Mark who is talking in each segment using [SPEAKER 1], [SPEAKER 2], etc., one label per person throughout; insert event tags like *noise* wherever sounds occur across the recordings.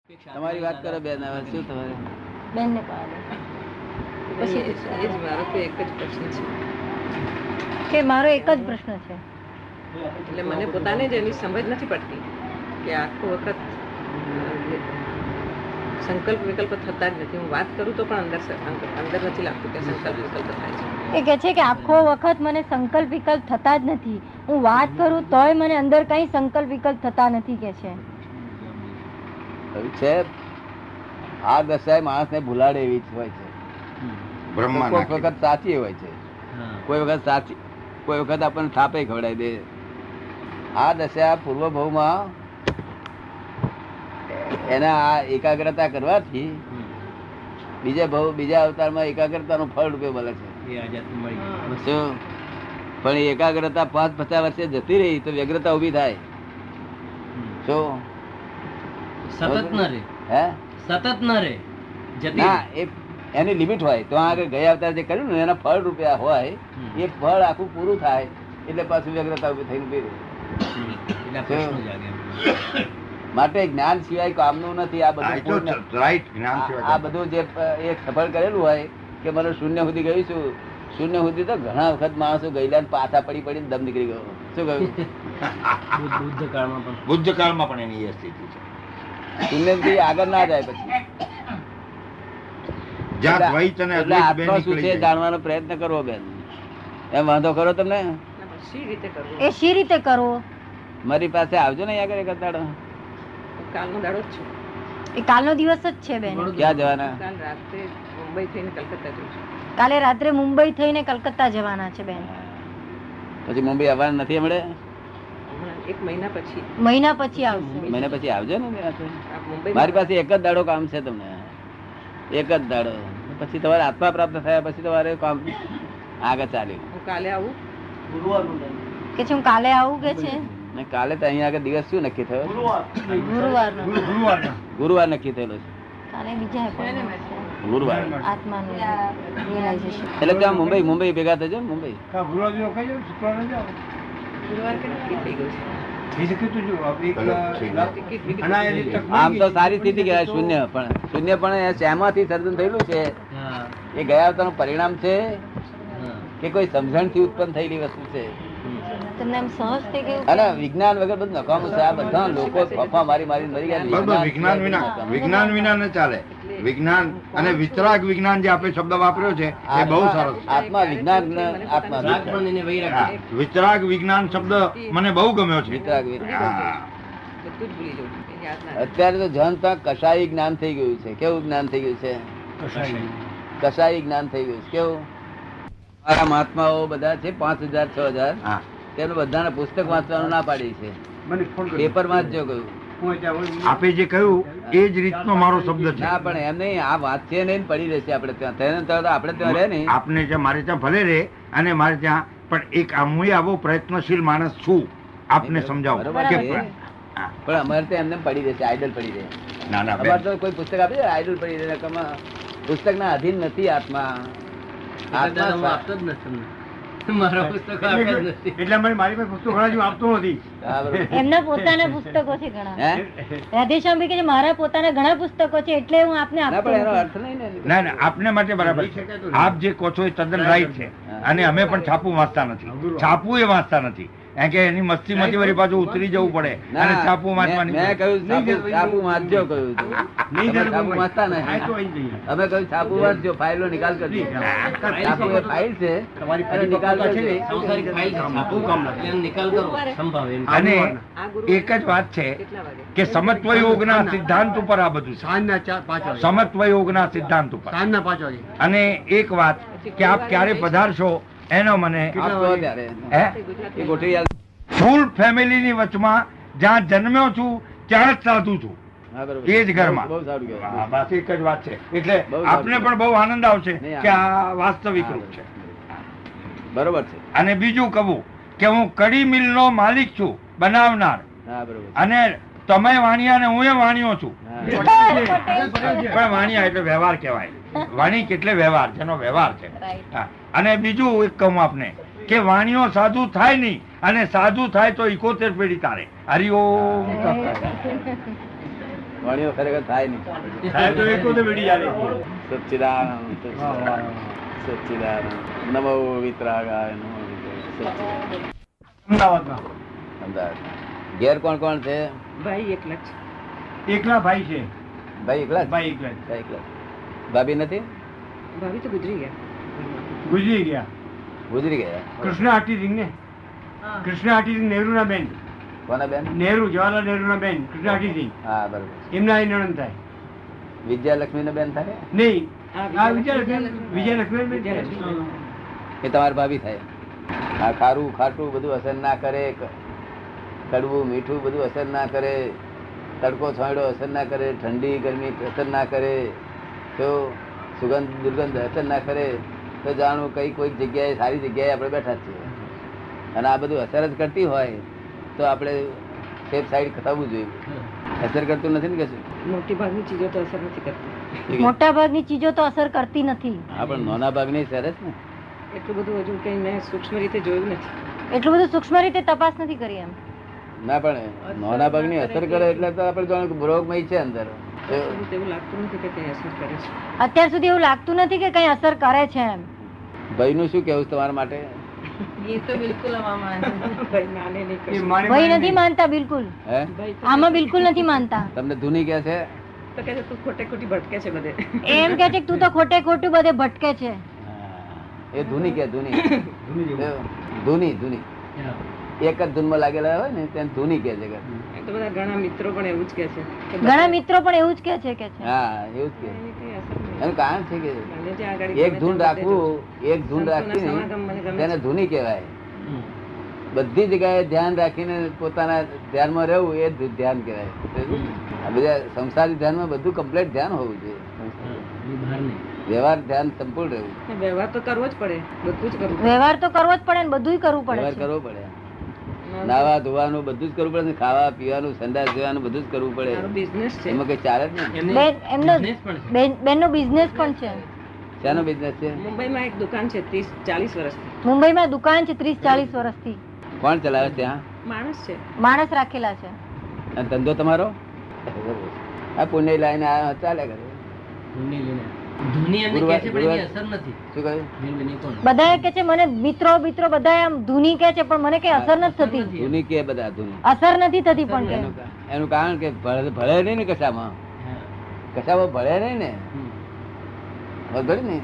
[SPEAKER 1] અપેક્ષા
[SPEAKER 2] તમારી વાત કરો બેન હવે શું તમારે
[SPEAKER 3] બેનને પાડે
[SPEAKER 4] પછી એ જ- એ જ મારો તો એક જ પ્રશ્ન છે
[SPEAKER 3] કે મારો એક જ પ્રશ્ન છે
[SPEAKER 4] એટલે મને પોતાને જ એની સમજ નથી પડતી કે આખો વખત અ, જે સંકલ્પ વિકલ્પ થતા જ નથી હું વાત કરું તો પણ અંદર સ- અંગ- અંદર નથી લાગતું કે સંકલ્પ વિકલ્પ થાય છે
[SPEAKER 3] એ કહે છે કે આખો વખત મને સંકલ્પ વિકલ્પ થતા જ નથી હું વાત કરું તોય મને અંદર કઈ સંકલ્પ વિકલ્પ થતા નથી કે છે
[SPEAKER 2] એવું છે આ દશાએ માણસને ભૂલાડે એવી જ હોય છે
[SPEAKER 5] બ્રહ્મા
[SPEAKER 2] કોઈક
[SPEAKER 5] નાખી.
[SPEAKER 2] વખત સાચી હોય છે કોઈ વખત સાચી કોઈ વખત આપણને થાપે ખવડાવી દે આ દશા પૂર્વ ભાવમાં એના આ એકાગ્રતા કરવાથી બીજા ભાવ બીજા અવતારમાં એકાગ્રતાનું ફળ રૂપે મળે છે
[SPEAKER 1] એ આઝાદ મળી ગઈ.
[SPEAKER 2] શું? પણ એ એકાગ્રતા પાંચ પચાસ વર્ષે જતી રહી તો વ્યગ્રતા ઊભી થાય
[SPEAKER 1] હમ.
[SPEAKER 2] શું
[SPEAKER 1] સતત ન રે
[SPEAKER 2] હે
[SPEAKER 1] સતત ન રે જતી
[SPEAKER 2] ના
[SPEAKER 1] રે.
[SPEAKER 2] એ એની લિમિટ હોય તો આગળ ગયા અવતાર જે કર્યું ને એના ફળ રૂપે આ હોય
[SPEAKER 1] હમ.
[SPEAKER 2] એ ફળ આખું પૂરું થાય એટલે પાછું વ્યગ્રતા ઊભી થઈને ઊભી રહે
[SPEAKER 1] હમ. એટલે આ પ્રશ્ન જાગે
[SPEAKER 2] માટે જ્ઞાન સિવાય કામનું નથી આ
[SPEAKER 5] આ
[SPEAKER 2] બધું
[SPEAKER 5] તો
[SPEAKER 2] પૂર્ણ-
[SPEAKER 5] right જ્ઞાન
[SPEAKER 2] આ
[SPEAKER 5] સિવાય
[SPEAKER 2] આ બધું જે પ- એ સફળ કરેલું હોય કે મને શૂન્ય સુધી ગયું છું શૂન્ય સુધી તો ઘણા વખત માણસો ગયેલા ને પાછા પડી પડીને દમ નીકળી ગયો શું કહ્યું
[SPEAKER 1] *laughs* બુદ્ધ બુદ્ધ કાળમાં પણ
[SPEAKER 5] બુદ્ધ કાળમાં પણ એની એ સ્થિતિ છે
[SPEAKER 2] શૂન્ય સુધી આગળ ના જાય પછી
[SPEAKER 5] જ્યાં
[SPEAKER 2] એટલે-
[SPEAKER 5] દ્વૈત અને
[SPEAKER 2] એટલે
[SPEAKER 5] અદ્વૈત બે
[SPEAKER 2] આત્મા શું
[SPEAKER 5] નીકળી
[SPEAKER 2] છે
[SPEAKER 5] જાય.
[SPEAKER 2] જાણવાનો પ્રયત્ન કરવો બેન એમ વાંધો ખરો તમને
[SPEAKER 4] એટલે પછી શી રીતે કરવું
[SPEAKER 3] એ શી રીતે કરવો
[SPEAKER 2] મારી પાસે આવજો ને અહીંયા આગળ એક દાડો
[SPEAKER 4] હું કાલનો દાડો જ છું
[SPEAKER 3] એ કાલનો દિવસ જ છે બેન
[SPEAKER 2] ક્યાં જવાના
[SPEAKER 4] કાલ રાત્રે મુંબઈ થઈને કલકત્તા જઉં છું
[SPEAKER 3] કાલે રાત્રે મુંબઈ થઈને કલકત્તા જવાના છે બેન
[SPEAKER 2] પછી મુંબઈ આવવાનું નથી હમણે
[SPEAKER 4] હમણાં એક મહિના પછી
[SPEAKER 3] મહિના પછી આવશે
[SPEAKER 2] મહિના પછી આવજો ને એની સાથે.
[SPEAKER 4] આ મુંબઈ
[SPEAKER 2] મારી પાસે એક જ દાડો કામ છે તમને એક જ દાડો પછી તમારે આત્મા પ્રાપ્ત થયા પછી તમારે કામ આગળ ચાલ્યું
[SPEAKER 4] હું કાલે આવું
[SPEAKER 3] કે છે હું કાલે આવું કે છે
[SPEAKER 2] ને કાલે તો અહીંયા આગળ દિવસ શું નક્કી થયો
[SPEAKER 3] ગુરુવારનો
[SPEAKER 2] ગુરુવાર નક્કી થયેલો છે
[SPEAKER 3] કાલે બીજા appointment છે.
[SPEAKER 2] ગુરુવાર
[SPEAKER 3] આત્માનું realization.
[SPEAKER 2] એટલે ત્યાં મુંબઈ મુંબઈ ભેગા થજો ને મુંબઈ
[SPEAKER 4] ગુરુવાર કે ટિકિટ થઈ ગયું છે
[SPEAKER 5] ચલો, ઠીક.
[SPEAKER 4] ટિકિટ વિકિટ
[SPEAKER 2] આમ તો સારી સ્થિતિ કહેવાય શૂન્ય પણ શૂન્ય પણ એ શેમાંથી સર્જન થયેલું છે
[SPEAKER 1] હા
[SPEAKER 2] એ ગયા અવતારનું પરિણામ છે
[SPEAKER 1] હા
[SPEAKER 2] કે કોઈ સમજણથી ઉત્પન્ન થયેલી વસ્તુ છે
[SPEAKER 3] તમને એમ સહજ થઈ ગયું
[SPEAKER 2] અને વિજ્ઞાન વગર બધું નકામું છે આ બધા લોકો ફફા મારી મારી મરી ગયા
[SPEAKER 5] બરોબર વિજ્ઞાન વિના વિજ્ઞાન વિના ન ચાલે વિજ્ઞાન અને વિતરાગ વિજ્ઞાન જે આપણે શબ્દ વાપર્યો છે એ બહુ સરસ છે.
[SPEAKER 2] આત્મા વિજ્ઞાન આત્મા
[SPEAKER 1] રાગ પણ એને વૈરાગ
[SPEAKER 5] હા, વિતરાગ વિજ્ઞાન શબ્દ મને બહુ ગમ્યો છે
[SPEAKER 2] વિતરાગ વિજ્ઞાન.
[SPEAKER 5] હા.
[SPEAKER 4] બધું જ ભૂલી જઉં છું કંઈ યાદ ના રહે.
[SPEAKER 2] અત્યારે તો જન ત્યાં કસાઈ જ્ઞાન થઈ ગયું છે કેવું જ્ઞાન થઈ ગયું છે કસાઈ જ્ઞાન થઈ ગયું છે કેવું મારા મહાત્માઓ બધા છે પાંચ હજાર છ હજાર
[SPEAKER 5] હા.
[SPEAKER 2] તેમને બધાને પુસ્તક વાંચવાનું ના પાડી છે પેપર વાંચજો કહ્યું
[SPEAKER 5] આપે જે કહ્યું એ જ રીતનો મારો શબ્દ
[SPEAKER 2] ના
[SPEAKER 5] છે
[SPEAKER 2] પણ એમ નહીં આ વાંચીએ નહીં ને પડી રહેશે આપણે ત્યાં તેને તો આપણે ત્યાં રહે નહીં
[SPEAKER 5] આપને જે મારે ત્યાં ભલે રે અને મારે ત્યાં પણ એક આ હું આવો પ્રયત્નશીલ માણસ છું આપને સમજાવું
[SPEAKER 2] બરાબર
[SPEAKER 5] કે
[SPEAKER 2] છે.
[SPEAKER 5] પ્ર- હા.
[SPEAKER 2] પણ અમારે ત્યાં એમને પડી રહેશે આઈડલ પડી રહે
[SPEAKER 5] ના ના
[SPEAKER 2] અમારે
[SPEAKER 5] બેન.
[SPEAKER 2] તો કોઈ પુસ્તક આપી દે આઈડલ પડી રહે રકમમાં પુસ્તકના અધીન નથી આત્મા
[SPEAKER 1] દાદા હું
[SPEAKER 2] આત્મા
[SPEAKER 1] આપતો જ નથી તમને મારા પુસ્તકો આપતા જ નથી
[SPEAKER 2] હા, બરોબર.
[SPEAKER 3] એમના પોતાના પુસ્તકો છે
[SPEAKER 2] હે
[SPEAKER 3] ઘણા રાધેશ્યામ ભાઈ કે છે, મારા પોતાના ઘણા પુસ્તકો છે એટલે હું આપને
[SPEAKER 2] ના
[SPEAKER 3] આપતો
[SPEAKER 2] પણ એનો
[SPEAKER 3] નથી.
[SPEAKER 2] અર્થ નહીં ને
[SPEAKER 5] ના ના આપને માટે બરાબર છે આપ જે કહો છો એ તદ્દન રાઈટ છે અને અમે પણ છાપું વાંચતા નથી છાપું એ વાંચતા નથી કારણ કે એની મસ્તી માંથી વળી પાછું ઉતરી જવું પડે
[SPEAKER 2] ના,
[SPEAKER 5] અને છાપું
[SPEAKER 2] મેં-
[SPEAKER 5] વાંચવાની
[SPEAKER 2] મેં
[SPEAKER 5] છે.
[SPEAKER 2] કહ્યું છાપું- છાપું વાંચજો કહ્યું હતું. તમે છાપું વાંચતા નહીં. અમે કહ્યું છાપું વાંચજો, ફાઇલનો નિકાલ કરજો. છાપું એ ફાઇલ છે, એનો નિકાલ કરજો.
[SPEAKER 1] સંસારિક ફાઇલ છે છાપું કામ લાગે એનો નિકાલ કરો સંભાવે એમ.
[SPEAKER 5] અને
[SPEAKER 4] આ ગુરુવારે
[SPEAKER 5] એક જ વાત છે
[SPEAKER 4] કેટલા વાગે
[SPEAKER 5] કે સમત્વ યોગના સિદ્ધાંત ઉપર આ બધું છે સમત્વ યોગના સિદ્ધાંત ઉપર અને એક વાત કે આપ ક્યારે પધારશો એનો મને
[SPEAKER 2] આપો ત્યારે.
[SPEAKER 5] હે
[SPEAKER 4] ગુજરાત
[SPEAKER 2] એ ગોઠવી આલ-
[SPEAKER 5] ફૂલ ફેમિલીની વચમાં જ્યાં જન્મ્યો છું ત્યાં જ સાધુ છું
[SPEAKER 2] હા, બરોબર.
[SPEAKER 5] એ જ ઘરમાં.
[SPEAKER 2] બહુ સારું કહેવાય.
[SPEAKER 5] આ વાત એક જ વાત છે એટલે
[SPEAKER 2] બહુ સારું.
[SPEAKER 5] આપને પણ બહુ આનંદ આવશે
[SPEAKER 2] નહીં,
[SPEAKER 5] કે આ વાસ્તવિક
[SPEAKER 2] હા,
[SPEAKER 5] રૂપ છે
[SPEAKER 2] બરોબર છે
[SPEAKER 5] અને બીજું કહું કે હું કડી મિલનો માલિક છું બનાવનાર
[SPEAKER 2] હા બરોબર છે.
[SPEAKER 5] અને તમે વાણિયા ને હું એ વાણિયો છું
[SPEAKER 2] હા.
[SPEAKER 5] પણ વાણિયા એટલે વ્યવહાર કહેવાય વાણિક એટલે વ્યવહાર જેનો વ્યવહાર છે
[SPEAKER 3] *laughs*
[SPEAKER 5] હા. અને બીજું એક કહું આપને કે વાણિયો સાધુ થાય નહીં અને સાધુ થાય તો ઇકોતેર પેઢી તારે હરિઓમ
[SPEAKER 2] વાણીઓ ખરેખર થાય નહીં સચ્ચિદાનંદ સચ્ચિદાનંદ સચ્ચિદાનંદ નમો વિતરાગાય નમો વિતરાગાય. સચ્ચિદાનંદ અમદાવાદ ઘેર કોણ કોણ છે
[SPEAKER 4] ભાઈ એકલા જ છે.
[SPEAKER 5] એકલા ભાઈ છે
[SPEAKER 2] ભાઈ એકલા જ?
[SPEAKER 5] ભાઈ એકલા જ.
[SPEAKER 2] ભાઈ એકલા જ. ભાભી નથી
[SPEAKER 4] ભાભી તો ગુજરી ગયા
[SPEAKER 5] ગુજરી ગયા
[SPEAKER 2] ગુજરી ગયા
[SPEAKER 5] કૃષ્ણ હાટીસિંગ ને કૃષ્ણ હાટીસિંગ નેહરુ ના બેન
[SPEAKER 2] કોના બેન
[SPEAKER 5] નેહરુ જવાહરલાલ નેહરુ ના બેન કૃષ્ણ હાટીસિંગ
[SPEAKER 2] હા બરોબર
[SPEAKER 5] એમના અહીં નણંદ થાય
[SPEAKER 2] વિજયાલક્ષ્મી ના બેન થાય
[SPEAKER 5] નહીં
[SPEAKER 4] હા, વિજયા-
[SPEAKER 5] આ વિજયાલક્ષ્મી વિજયાલક્ષ્મી બેન
[SPEAKER 4] વિજયા લક્ષ્મી
[SPEAKER 5] થાય.
[SPEAKER 4] બેન.
[SPEAKER 2] એ તમારી ભાભી થાય આ ખારું ખાટું બધું અસર ના કરે ક- કડવું મીઠું બધું અસર ના કરે તડકો છાંયડો અસર ના કરે ઠંડી ગરમી અસર ના કરે તો સુગંધ દુર્ગંધ અસર ના કરે તો જાણવું કઈ કોઈક જગ્યાએ સારી જગ્યાએ આપણે બેઠા જ છીએ અને આ બધું અસર જ કરતી હોય તો આપણે સેફ સાઈડ થવું જોઈએ અસર કરતું નથી ને કશું
[SPEAKER 4] મોટી ભાગની ચીજો તો અસર નથી કરતી
[SPEAKER 3] મોટા ભાગની ચીજો તો અસર કરતી નથી
[SPEAKER 2] હા પણ નાના ભાગની સરસ ને
[SPEAKER 4] એટલું બધું હજુ કઈ મેં સૂક્ષ્મ રીતે જોયું નથી
[SPEAKER 3] એટલું બધું સૂક્ષ્મ રીતે તપાસ નથી કરી એમ
[SPEAKER 2] ના પણ નાના ભાગની અસર કરે એટલે તો આપણે જાણવું કે રોગમય છે અંદર તો
[SPEAKER 4] એવું લાગતું નથી કે કઈ અસર કરે છે
[SPEAKER 3] અત્યાર સુધી એવું લાગતું નથી કે કઈ અસર કરે છે એમ
[SPEAKER 2] ભાઈનું શું કહેવું છે તમારા માટે
[SPEAKER 4] એ તો બિલકુલ ભાઈ માને નહીં
[SPEAKER 5] એ
[SPEAKER 4] કશું.
[SPEAKER 5] મારે
[SPEAKER 3] ભાઈ
[SPEAKER 5] મારે
[SPEAKER 3] નથી માનતા બિલકુલ
[SPEAKER 2] હે
[SPEAKER 4] ભાઈ તો
[SPEAKER 3] આમાં બિલકુલ નથી માનતા
[SPEAKER 2] તમને ધૂની કહે છે
[SPEAKER 4] તો કહે છે તું ખોટે ખોટી ભટકે છે બધે *laughs*
[SPEAKER 3] એમ કે છે કે તું તો ખોટે ખોટું બધે ભટકે છે
[SPEAKER 2] એ ધૂની કે ધૂની ધૂની ધૂની એક જ ધૂનમાં લાગેલા હોય ને તેને ધૂની કહે છે કે.
[SPEAKER 4] એ તો બધા ઘણા મિત્રો પણ એવું જ કહે છે કે
[SPEAKER 3] ઘણા મિત્રો પણ એવું જ કે છે કે છે
[SPEAKER 2] હા એવું જ
[SPEAKER 4] બધાને કઈ અસર
[SPEAKER 2] કે
[SPEAKER 4] નહીં.
[SPEAKER 2] એનું કારણ છે કે
[SPEAKER 4] મને જે આગળ ગમે
[SPEAKER 2] એક
[SPEAKER 4] તે
[SPEAKER 2] ધૂન
[SPEAKER 4] બધે
[SPEAKER 2] રાખવું એક ધૂન
[SPEAKER 4] સંતોના સમાગમ મને
[SPEAKER 2] રાખવી
[SPEAKER 4] ગમે
[SPEAKER 2] તેને
[SPEAKER 4] છે.
[SPEAKER 2] ધૂની કહેવાય બધી જગ્યાએ ધ્યાન રાખીને પોતાના ધ્યાનમાં રહેવું એ જ ધ્યાન કહેવાય આ બધા સંસારી ધ્યાનમાં બધું કમ્પ્લીટ ધ્યાન હોવું જોઈએ વ્યવહાર ધ્યાન સંપૂર્ણ રહેવું
[SPEAKER 4] ને વ્યવહાર તો કરવો જ પડે બધું જ કરવું
[SPEAKER 3] વ્યવહાર તો કરવો જ પડે ને બધું કરવું પડે
[SPEAKER 2] વ્યવહાર
[SPEAKER 3] છે
[SPEAKER 2] કરવો પડે નાવા ધોવાનું બધું જ કરવું પડે ને ખાવા પીવાનું સંડાસ જવાનું બધું જ કરવું
[SPEAKER 4] મારો
[SPEAKER 2] પડે
[SPEAKER 4] બિઝનેસ છે
[SPEAKER 2] એમાં કઈ ચાલે જ ને
[SPEAKER 3] બેન એમનો બેન બેનનો બિઝનેસ પણ છે
[SPEAKER 2] શાનો બિઝનેસ છે
[SPEAKER 4] મુંબઈમાં એક દુકાન છે ત્રીસ ચાલીસ વર્ષથી
[SPEAKER 3] મુંબઈમાં દુકાન છે ત્રીસ ચાલીસ વર્ષથી
[SPEAKER 2] કોણ ચલાવે છે ત્યાં
[SPEAKER 4] માણસ છે
[SPEAKER 3] માણસ રાખેલા છે
[SPEAKER 2] અને ધંધો તમારો આ પુણે લાઈને આ ચાલે કરે ગુરુવાર- ગુરુવાર.
[SPEAKER 1] અસર નથી
[SPEAKER 2] શું કહ્યું
[SPEAKER 1] બેનબેન, એ કોણ?
[SPEAKER 3] બધાએ કે છે મને મિત્રો મિત્રો બધાએ આમ ધૂની કે છે પણ મને કઈ અસર નથી થતી
[SPEAKER 2] ધૂની કે બધા ધૂની
[SPEAKER 3] અસર નથી થતી પણ કે
[SPEAKER 2] એનું કા- એનું કારણ કે ભળે ભળે નહીં ને કશામાં
[SPEAKER 1] હા.
[SPEAKER 2] કશામાં ભળે નહીં ને
[SPEAKER 1] હમ.
[SPEAKER 2] ખબર પડી ને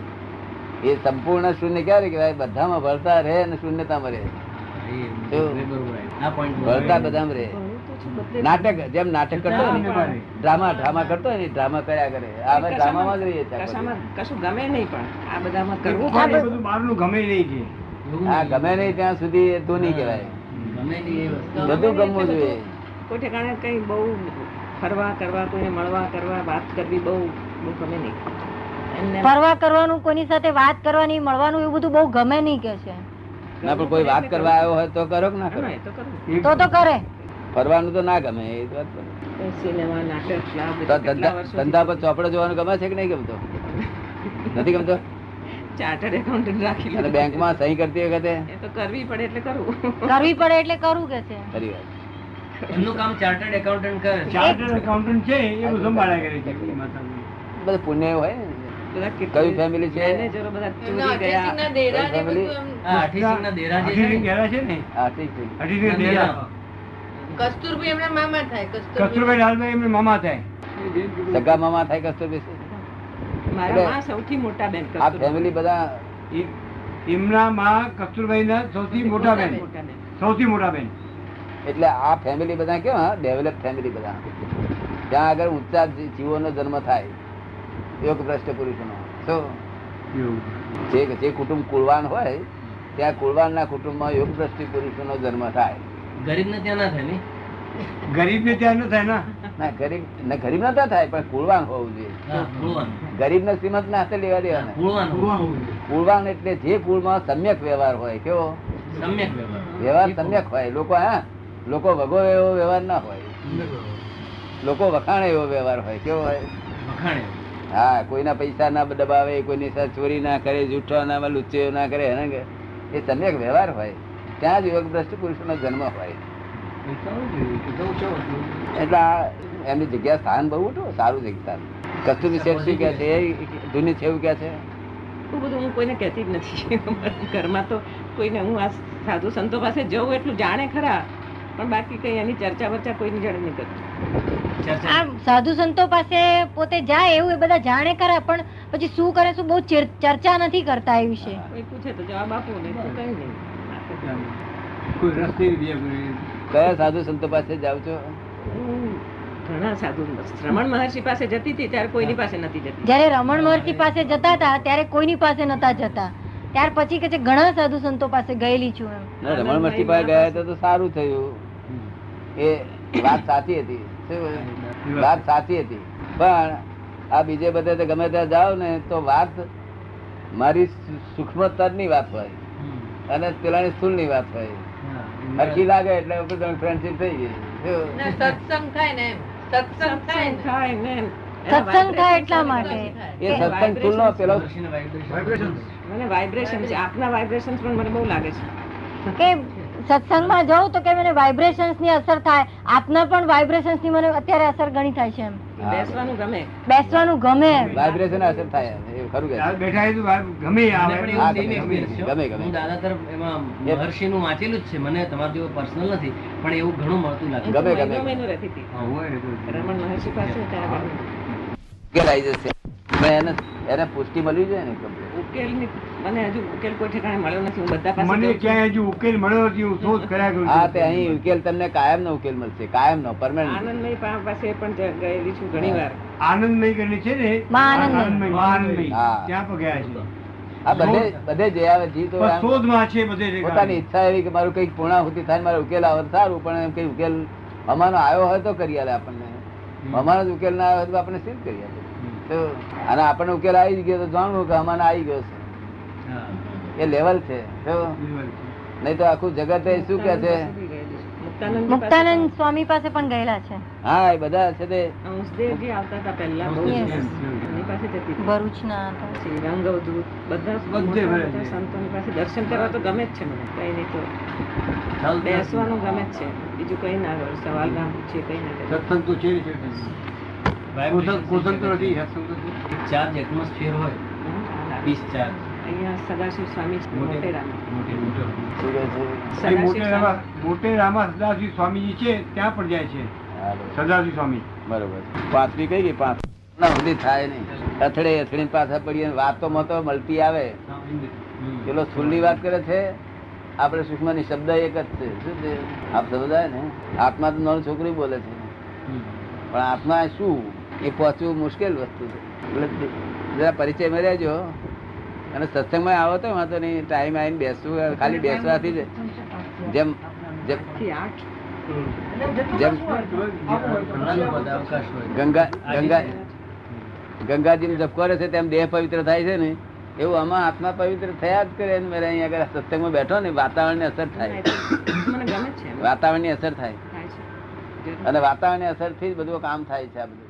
[SPEAKER 2] એ સંપૂર્ણ શૂન્ય ક્યારે કહેવાય બધામાં ભળતા રહે અને શૂન્યતામાં રહે
[SPEAKER 1] એ બરોબર આવ્યું. આ point બરોબર
[SPEAKER 2] ભળતા
[SPEAKER 1] આવ્યો.
[SPEAKER 2] બધામાં રહે
[SPEAKER 4] ભણવું તો છું બધે
[SPEAKER 2] નાટક જેમ નાટક કરતો હોય
[SPEAKER 5] ધ્યાન
[SPEAKER 2] ને
[SPEAKER 5] રાખવાનું.
[SPEAKER 2] ડ્રામા ડ્રામા કરતો હોય ને ડ્રામા કર્યા કરે આપણે ડ્રામામાં જ રહીએ છીએ આખો
[SPEAKER 4] કશામાં કશું ગમે નહીં પણ આ બધામાં કરવું
[SPEAKER 5] આ
[SPEAKER 4] પડે
[SPEAKER 5] બધું બહારનું ગમે નહીં છે
[SPEAKER 1] એવું
[SPEAKER 2] દિવસ. આ
[SPEAKER 1] નહીં.
[SPEAKER 2] ગમે નહીં ત્યાં સુધી એ ધૂની કહેવાય
[SPEAKER 1] ગમે નહીં એ વસ્તુ.
[SPEAKER 2] બધું ગમવું જોઈએ
[SPEAKER 4] કોઈ ઠેકાણે કંઈ બહુ ફરવા કરવા કોઈને મળવા કરવા વાત કરવી બહુ બહુ ગમે નહીં એમને
[SPEAKER 3] ફરવા કરવાનું કોઈની સાથે વાત કરવાની મળવાનું એવું બધું બહુ ગમે નહીં કે છે
[SPEAKER 2] ના પણ કોઈ વાત કરવા આવ્યો હોય તો કરો કે ના
[SPEAKER 4] હા,
[SPEAKER 2] કરો
[SPEAKER 4] એ તો કરવું
[SPEAKER 3] તો તો કરે
[SPEAKER 2] ફરવાનું તો ના ગમે એ વાત બરાબર.
[SPEAKER 4] કોઈ સિનેમા નાટક આ
[SPEAKER 2] તો આ
[SPEAKER 4] બધું કેટલા
[SPEAKER 2] ધંધા ધંધા
[SPEAKER 4] વર્ષોથી
[SPEAKER 2] પર ચોપડો જોવાનું ગમે છે કે નહીં ગમતો નથી ગમતો
[SPEAKER 4] ચાર્ટર્ડ એકાઉન્ટન્ટ રાખી
[SPEAKER 2] અને
[SPEAKER 4] લીધું.
[SPEAKER 2] બેંકમાં સહી કરતી વખતે
[SPEAKER 4] એ તો કરવી પડે એટલે કરવું
[SPEAKER 3] કરવી પડે એટલે કરું કે છે
[SPEAKER 2] ફરી વાર
[SPEAKER 1] એમનું કામ ચાર્ટર્ડ એકાઉન્ટન્ટ કરે છે.
[SPEAKER 5] ચાર્ટર્ડ એકાઉન્ટન્ટ છે એવું સંભાળ્યા કરે છે એ માતાજી.
[SPEAKER 2] બધું પુણ્ય હોય ને
[SPEAKER 4] બધા
[SPEAKER 2] કયું family છે?
[SPEAKER 4] મેનેજરો બધા ચોરી ગયા
[SPEAKER 2] family
[SPEAKER 1] આ હાઠીસિંગના દેરા જે છે ને,
[SPEAKER 5] હાટીસિંગ ઘેરા છે ને
[SPEAKER 2] આર્થિક છે.
[SPEAKER 5] હાટીસિંગ દેરા કસ્તુરભાઈ લાલભાઈ એમને મામા થાય
[SPEAKER 2] સગા મામા થાય કસ્તો બેસે
[SPEAKER 4] મારા માં સૌથી મોટા બેન
[SPEAKER 2] આ ફેમિલી બધા
[SPEAKER 5] એ- એમના માં કસ્તુરભાઈના સૌથી મોટા બેન
[SPEAKER 4] મોટા બેન.
[SPEAKER 5] સૌથી મોટા બેન
[SPEAKER 2] એટલે આ ફેમિલી બધા કેવા ડેવલપ ફેમિલી બધા ત્યાં આગળ ઊંચા જી- જીવોનો જન્મ થાય યોગ ભ્રષ્ટ પુરુષનો તો જે જે કુટુંબ કુળવાન હોય ત્યાં કુળવાનના કુટુંબમાં યોગ દ્રષ્ટિ પુરુષોનો જન્મ થાય
[SPEAKER 1] ગરીબને ત્યાં ના થાય ને
[SPEAKER 5] ગરીબ ને ત્યાં ન થાય ના
[SPEAKER 2] ના ગરીબ ના ગરીબ ના ત્યાં થાય પણ કુળવાન હોવું જોઈએ
[SPEAKER 1] હા, ભૂલવાનું.
[SPEAKER 2] ગરીબ ને શ્રીમંત ના હાથે લેવા
[SPEAKER 1] હા,
[SPEAKER 2] દેવાના
[SPEAKER 1] ભૂલવાનું.
[SPEAKER 2] કુળવાન એટલે જે કુળમાં સમ્યક વ્યવહાર હોય કેવો
[SPEAKER 1] સમ્યક વ્યવહાર.
[SPEAKER 2] વ્યવહાર સમ્યક હોય લોકો હા લોકો વગો એવો વ્યવહાર ના હોય લોકો વખાણે એવો વ્યવહાર હોય કેવો હોય
[SPEAKER 1] વખાણે.
[SPEAKER 2] હા કોઈના પૈસા ના દબાવે કોઈની સાથે ચોરી ના કરે જૂઠો ના લુચ્ચે ના કરે એને કે- એ સમ્યક વ્યવહાર હોય ત્યાં જ યોગ દ્રષ્ટિ પુરુષનો જન્મ હોય
[SPEAKER 1] પૈસા હોય ને, એ તો કહું છું.
[SPEAKER 2] એટલે આ એમની જગ્યા સ્થાન બહુ મોટું સારું જગ્યા સ્થાન કસ્તુરી શેઠ શું કહે છે એ ધૂની છે એવું કહે છે
[SPEAKER 4] એવું બધું હું કોઈને કહેતી જ નથી અમારા ઘરમાં તો કોઈને હું આ સાધુ સંતો પાસે જઉં એટલું જાણે ખરા પણ બાકી કઈ એની ચર્ચા વર્ચા કોઈની જોડે નહીં કરતી
[SPEAKER 3] આ સાધુ સંતો પાસે પોતે જાય એવું એ બધા જાણે ખરા પણ પછી શું કરે શું બહુ ચિર- ચર્ચા નથી કરતા એ વિશે
[SPEAKER 4] કોઈ પૂછે તો જવાબ આપું નહીં તો કઈ નહીં
[SPEAKER 1] કોઈ રસ્તે બે
[SPEAKER 2] કયા સાધુ સંતો પાસે જાવ છો
[SPEAKER 4] હું ઘણા સાધુ શ્રમણ મહર્ષિ પાસે જતી હતી ત્યારે કોઈની પાસે નથી જતી
[SPEAKER 3] જ્યારે રમણ મહર્ષિ પાસે જતા હતા ત્યારે કોઈની પાસે નતા જતા ત્યાર પછી કે છે ઘણા સાધુ સંતો પાસે ગયેલી છું એમ
[SPEAKER 2] ના, રમણ મઠી પાસે ગયા હતા તો સારું થયું એ વાત સાચી હતી શું કહ્યું? વાત સાચી હતી પણ આ બીજે બધે તો ગમે ત્યાં જાઓ ને તો વાત મારી સૂક્ષ્મતર ની વાત હોય અને પેલાની સ્થૂળ ની વાત હોય હરખી લાગે એટલે ફ્રેન્ડશીપ થઈ ગઈ શું?
[SPEAKER 6] સત્સંગ થાય ને એમ સત્સંગ થાય ને
[SPEAKER 4] થાય ને એમ. એના
[SPEAKER 3] સત્સંગ થાય એટલા માટે
[SPEAKER 2] એ સત્સંગ સ્થૂળ નો પેલો
[SPEAKER 4] મને વાઇબ્રેશન છે આપના વાઇબ્રેશન પણ મને બહુ લાગે છે
[SPEAKER 3] કે સત્સંગમાં જાઉં તો કે મને વાઇબ્રેશન્સ ની અસર થાય આપના પણ વાઇબ્રેશન્સ ની મને અત્યારે અસર ઘણી થાય છે એમ
[SPEAKER 2] હા.
[SPEAKER 4] બેસવાનું ગમે
[SPEAKER 3] બેસવાનું ગમે એમ.
[SPEAKER 2] વાઇબ્રેશન અસર થાય એ ખરું કે
[SPEAKER 5] બેઠા એ તો વાત ગમે આવે
[SPEAKER 2] હા,
[SPEAKER 1] મને પણ એવું same experience થયો.
[SPEAKER 2] ગમે, ગમે.
[SPEAKER 1] હું દાદા તરફ એમાં
[SPEAKER 2] Yes.
[SPEAKER 1] મહર્ષિનું વાંચેલું જ છે મને તમારા જેવું પર્સનલ નથી પણ એવું ઘણું મળતું
[SPEAKER 4] હું
[SPEAKER 1] લાગે
[SPEAKER 2] ગમે, ગમે.
[SPEAKER 4] મહિનો મહિનો રહેતી હતી
[SPEAKER 1] હા, હોય ને કોઈ.
[SPEAKER 4] રમણ મહર્ષિ પાસે ત્યારે મને
[SPEAKER 2] ઉકેલાઈ જશે પણ એને એને પુષ્ટિ મળવી જોઈએ ને complete.
[SPEAKER 4] ઉકેલની મને હજુ ઉકેલ કોઈ ઠેકાણે મળ્યો નથી હું બધા પાસે
[SPEAKER 5] મને
[SPEAKER 4] જઉં છું.
[SPEAKER 5] ક્યાંય હજુ ઉકેલ મળ્યો નથી હું શોધ કર્યા કરું છું.
[SPEAKER 2] હા તે અહીં ઉકેલ તમને કાયમ નો ઉકેલ મળશે કાયમ નો પરમાનન્ટ
[SPEAKER 4] આનંદમય પા- પાસે પણ જ- ગયેલી છું ઘણી વાર
[SPEAKER 5] આનંદમય કરીને છે ને
[SPEAKER 3] માં આનંદમય.
[SPEAKER 5] આનંદમય, માં આનંદમય.
[SPEAKER 2] હા.
[SPEAKER 5] ત્યાં પણ ગયા છે
[SPEAKER 2] આ બધે બધે જે આવે જીવ તો
[SPEAKER 5] પણ
[SPEAKER 2] આમ
[SPEAKER 5] શોધમાં છે બધે જગ્યાએ.
[SPEAKER 2] પોતાની ઈચ્છા એવી કે મારું કઈક પૂર્ણાહુતિ થાય ને મારો ઉકેલ આવે તો સારું પણ એમ કઈ ઉકેલ અમારો આવ્યો હોય તો કરી આલે આપણને અમારો જ ઉકેલ ના આવ્યો હોય તો આપણને સિદ્ધ કરી આલે તો અને આપણને ઉકેલ આવી જ ગયો તો જાણવું કે અમાને આવી ગયો છે
[SPEAKER 1] હા.
[SPEAKER 2] એ લેવલ છે તો નહીં તો આખું જગત એ શું કે છે
[SPEAKER 4] મુક્તાનંદ પાસે બી ગયેલી છું. મુક્તાનંદ
[SPEAKER 3] મુક્તાનંદ સ્વામી પાસે પણ ગયેલા છે
[SPEAKER 2] હા એ બધા છે તે
[SPEAKER 4] હંસદેવજી આવતા હતા પહેલા બહુ
[SPEAKER 1] Yes.
[SPEAKER 4] એમની પાસે જતી હતી.
[SPEAKER 3] ભરૂચના હતા
[SPEAKER 4] પછી રંગવધૂત, બધા
[SPEAKER 1] બધે
[SPEAKER 4] મોટા
[SPEAKER 1] ભરાય
[SPEAKER 4] મોટા
[SPEAKER 1] છે.
[SPEAKER 4] સંતોની પાસે દર્શન કરવા તો ગમે જ છે મને કઈ નહીં તો
[SPEAKER 1] ચાલ,
[SPEAKER 4] બેસવાનું ગમે જ છે બીજું કઈ ના ગમે સવાલ ના પૂછે કઈ ના ગમે
[SPEAKER 1] સત્સંગ તો છે ને છે. Vibration ચાર્જ એટમોસ્ફિયર હોય પીસ ચાર્જ
[SPEAKER 4] અહીંયા સદાશિવ સ્વામી છે, મોટેરામાં.
[SPEAKER 1] મોટી મોટી
[SPEAKER 2] શું કહે છે
[SPEAKER 5] એ
[SPEAKER 4] સદાશિવ
[SPEAKER 5] મોટેરામાં-
[SPEAKER 4] સ્વામી.
[SPEAKER 5] મોટેરામાં સદાશિવ સ્વામીજી છે ત્યાં પણ જાય છે
[SPEAKER 2] હા, બરોબર.
[SPEAKER 5] સદાશિવ સ્વામી
[SPEAKER 2] બરોબર પાંચમી કઈ ગઈ પાંચ ના સુધી થાય નહીં અથડે અથડી પાછા પડીએ વાતોમાં તો મળતી આવે પેલો સુલ્લી વાત કરે છે આપણે સુષ્માની શબ્દ એક જ છે શું છે આપ સમજાય ને આત્મા તો નાનું છોકરી બોલે છે પણ આત્મા શું એ પહોંચવું મુશ્કેલ વસ્તુ છે એટલે જરા પરિચયમાં રહેજો અને સત્સંગમાં આવો તો વાંધો નહીં ટાઈમ આવીને બેસવું ખાલી બેસવાથી જ જેમ જેમ
[SPEAKER 4] થી આઠ
[SPEAKER 2] જેમ
[SPEAKER 1] અવકાશ હોય
[SPEAKER 2] ગંગા ગંગા ગંગાજીનો જપકો રહે છે તેમ દેહ પવિત્ર થાય છે ને એવું આમાં આત્મા પવિત્ર થયા જ કરે ને મેરે અહીંયા આગળ સત્સંગમાં બેઠો ને વાતાવરણની અસર થાય
[SPEAKER 4] મને ગમે જ છે
[SPEAKER 2] વાતાવરણની અસર થાય
[SPEAKER 4] થાય છે.
[SPEAKER 2] અને વાતાવરણની અસરથી જ બધું કામ થાય છે આ બધું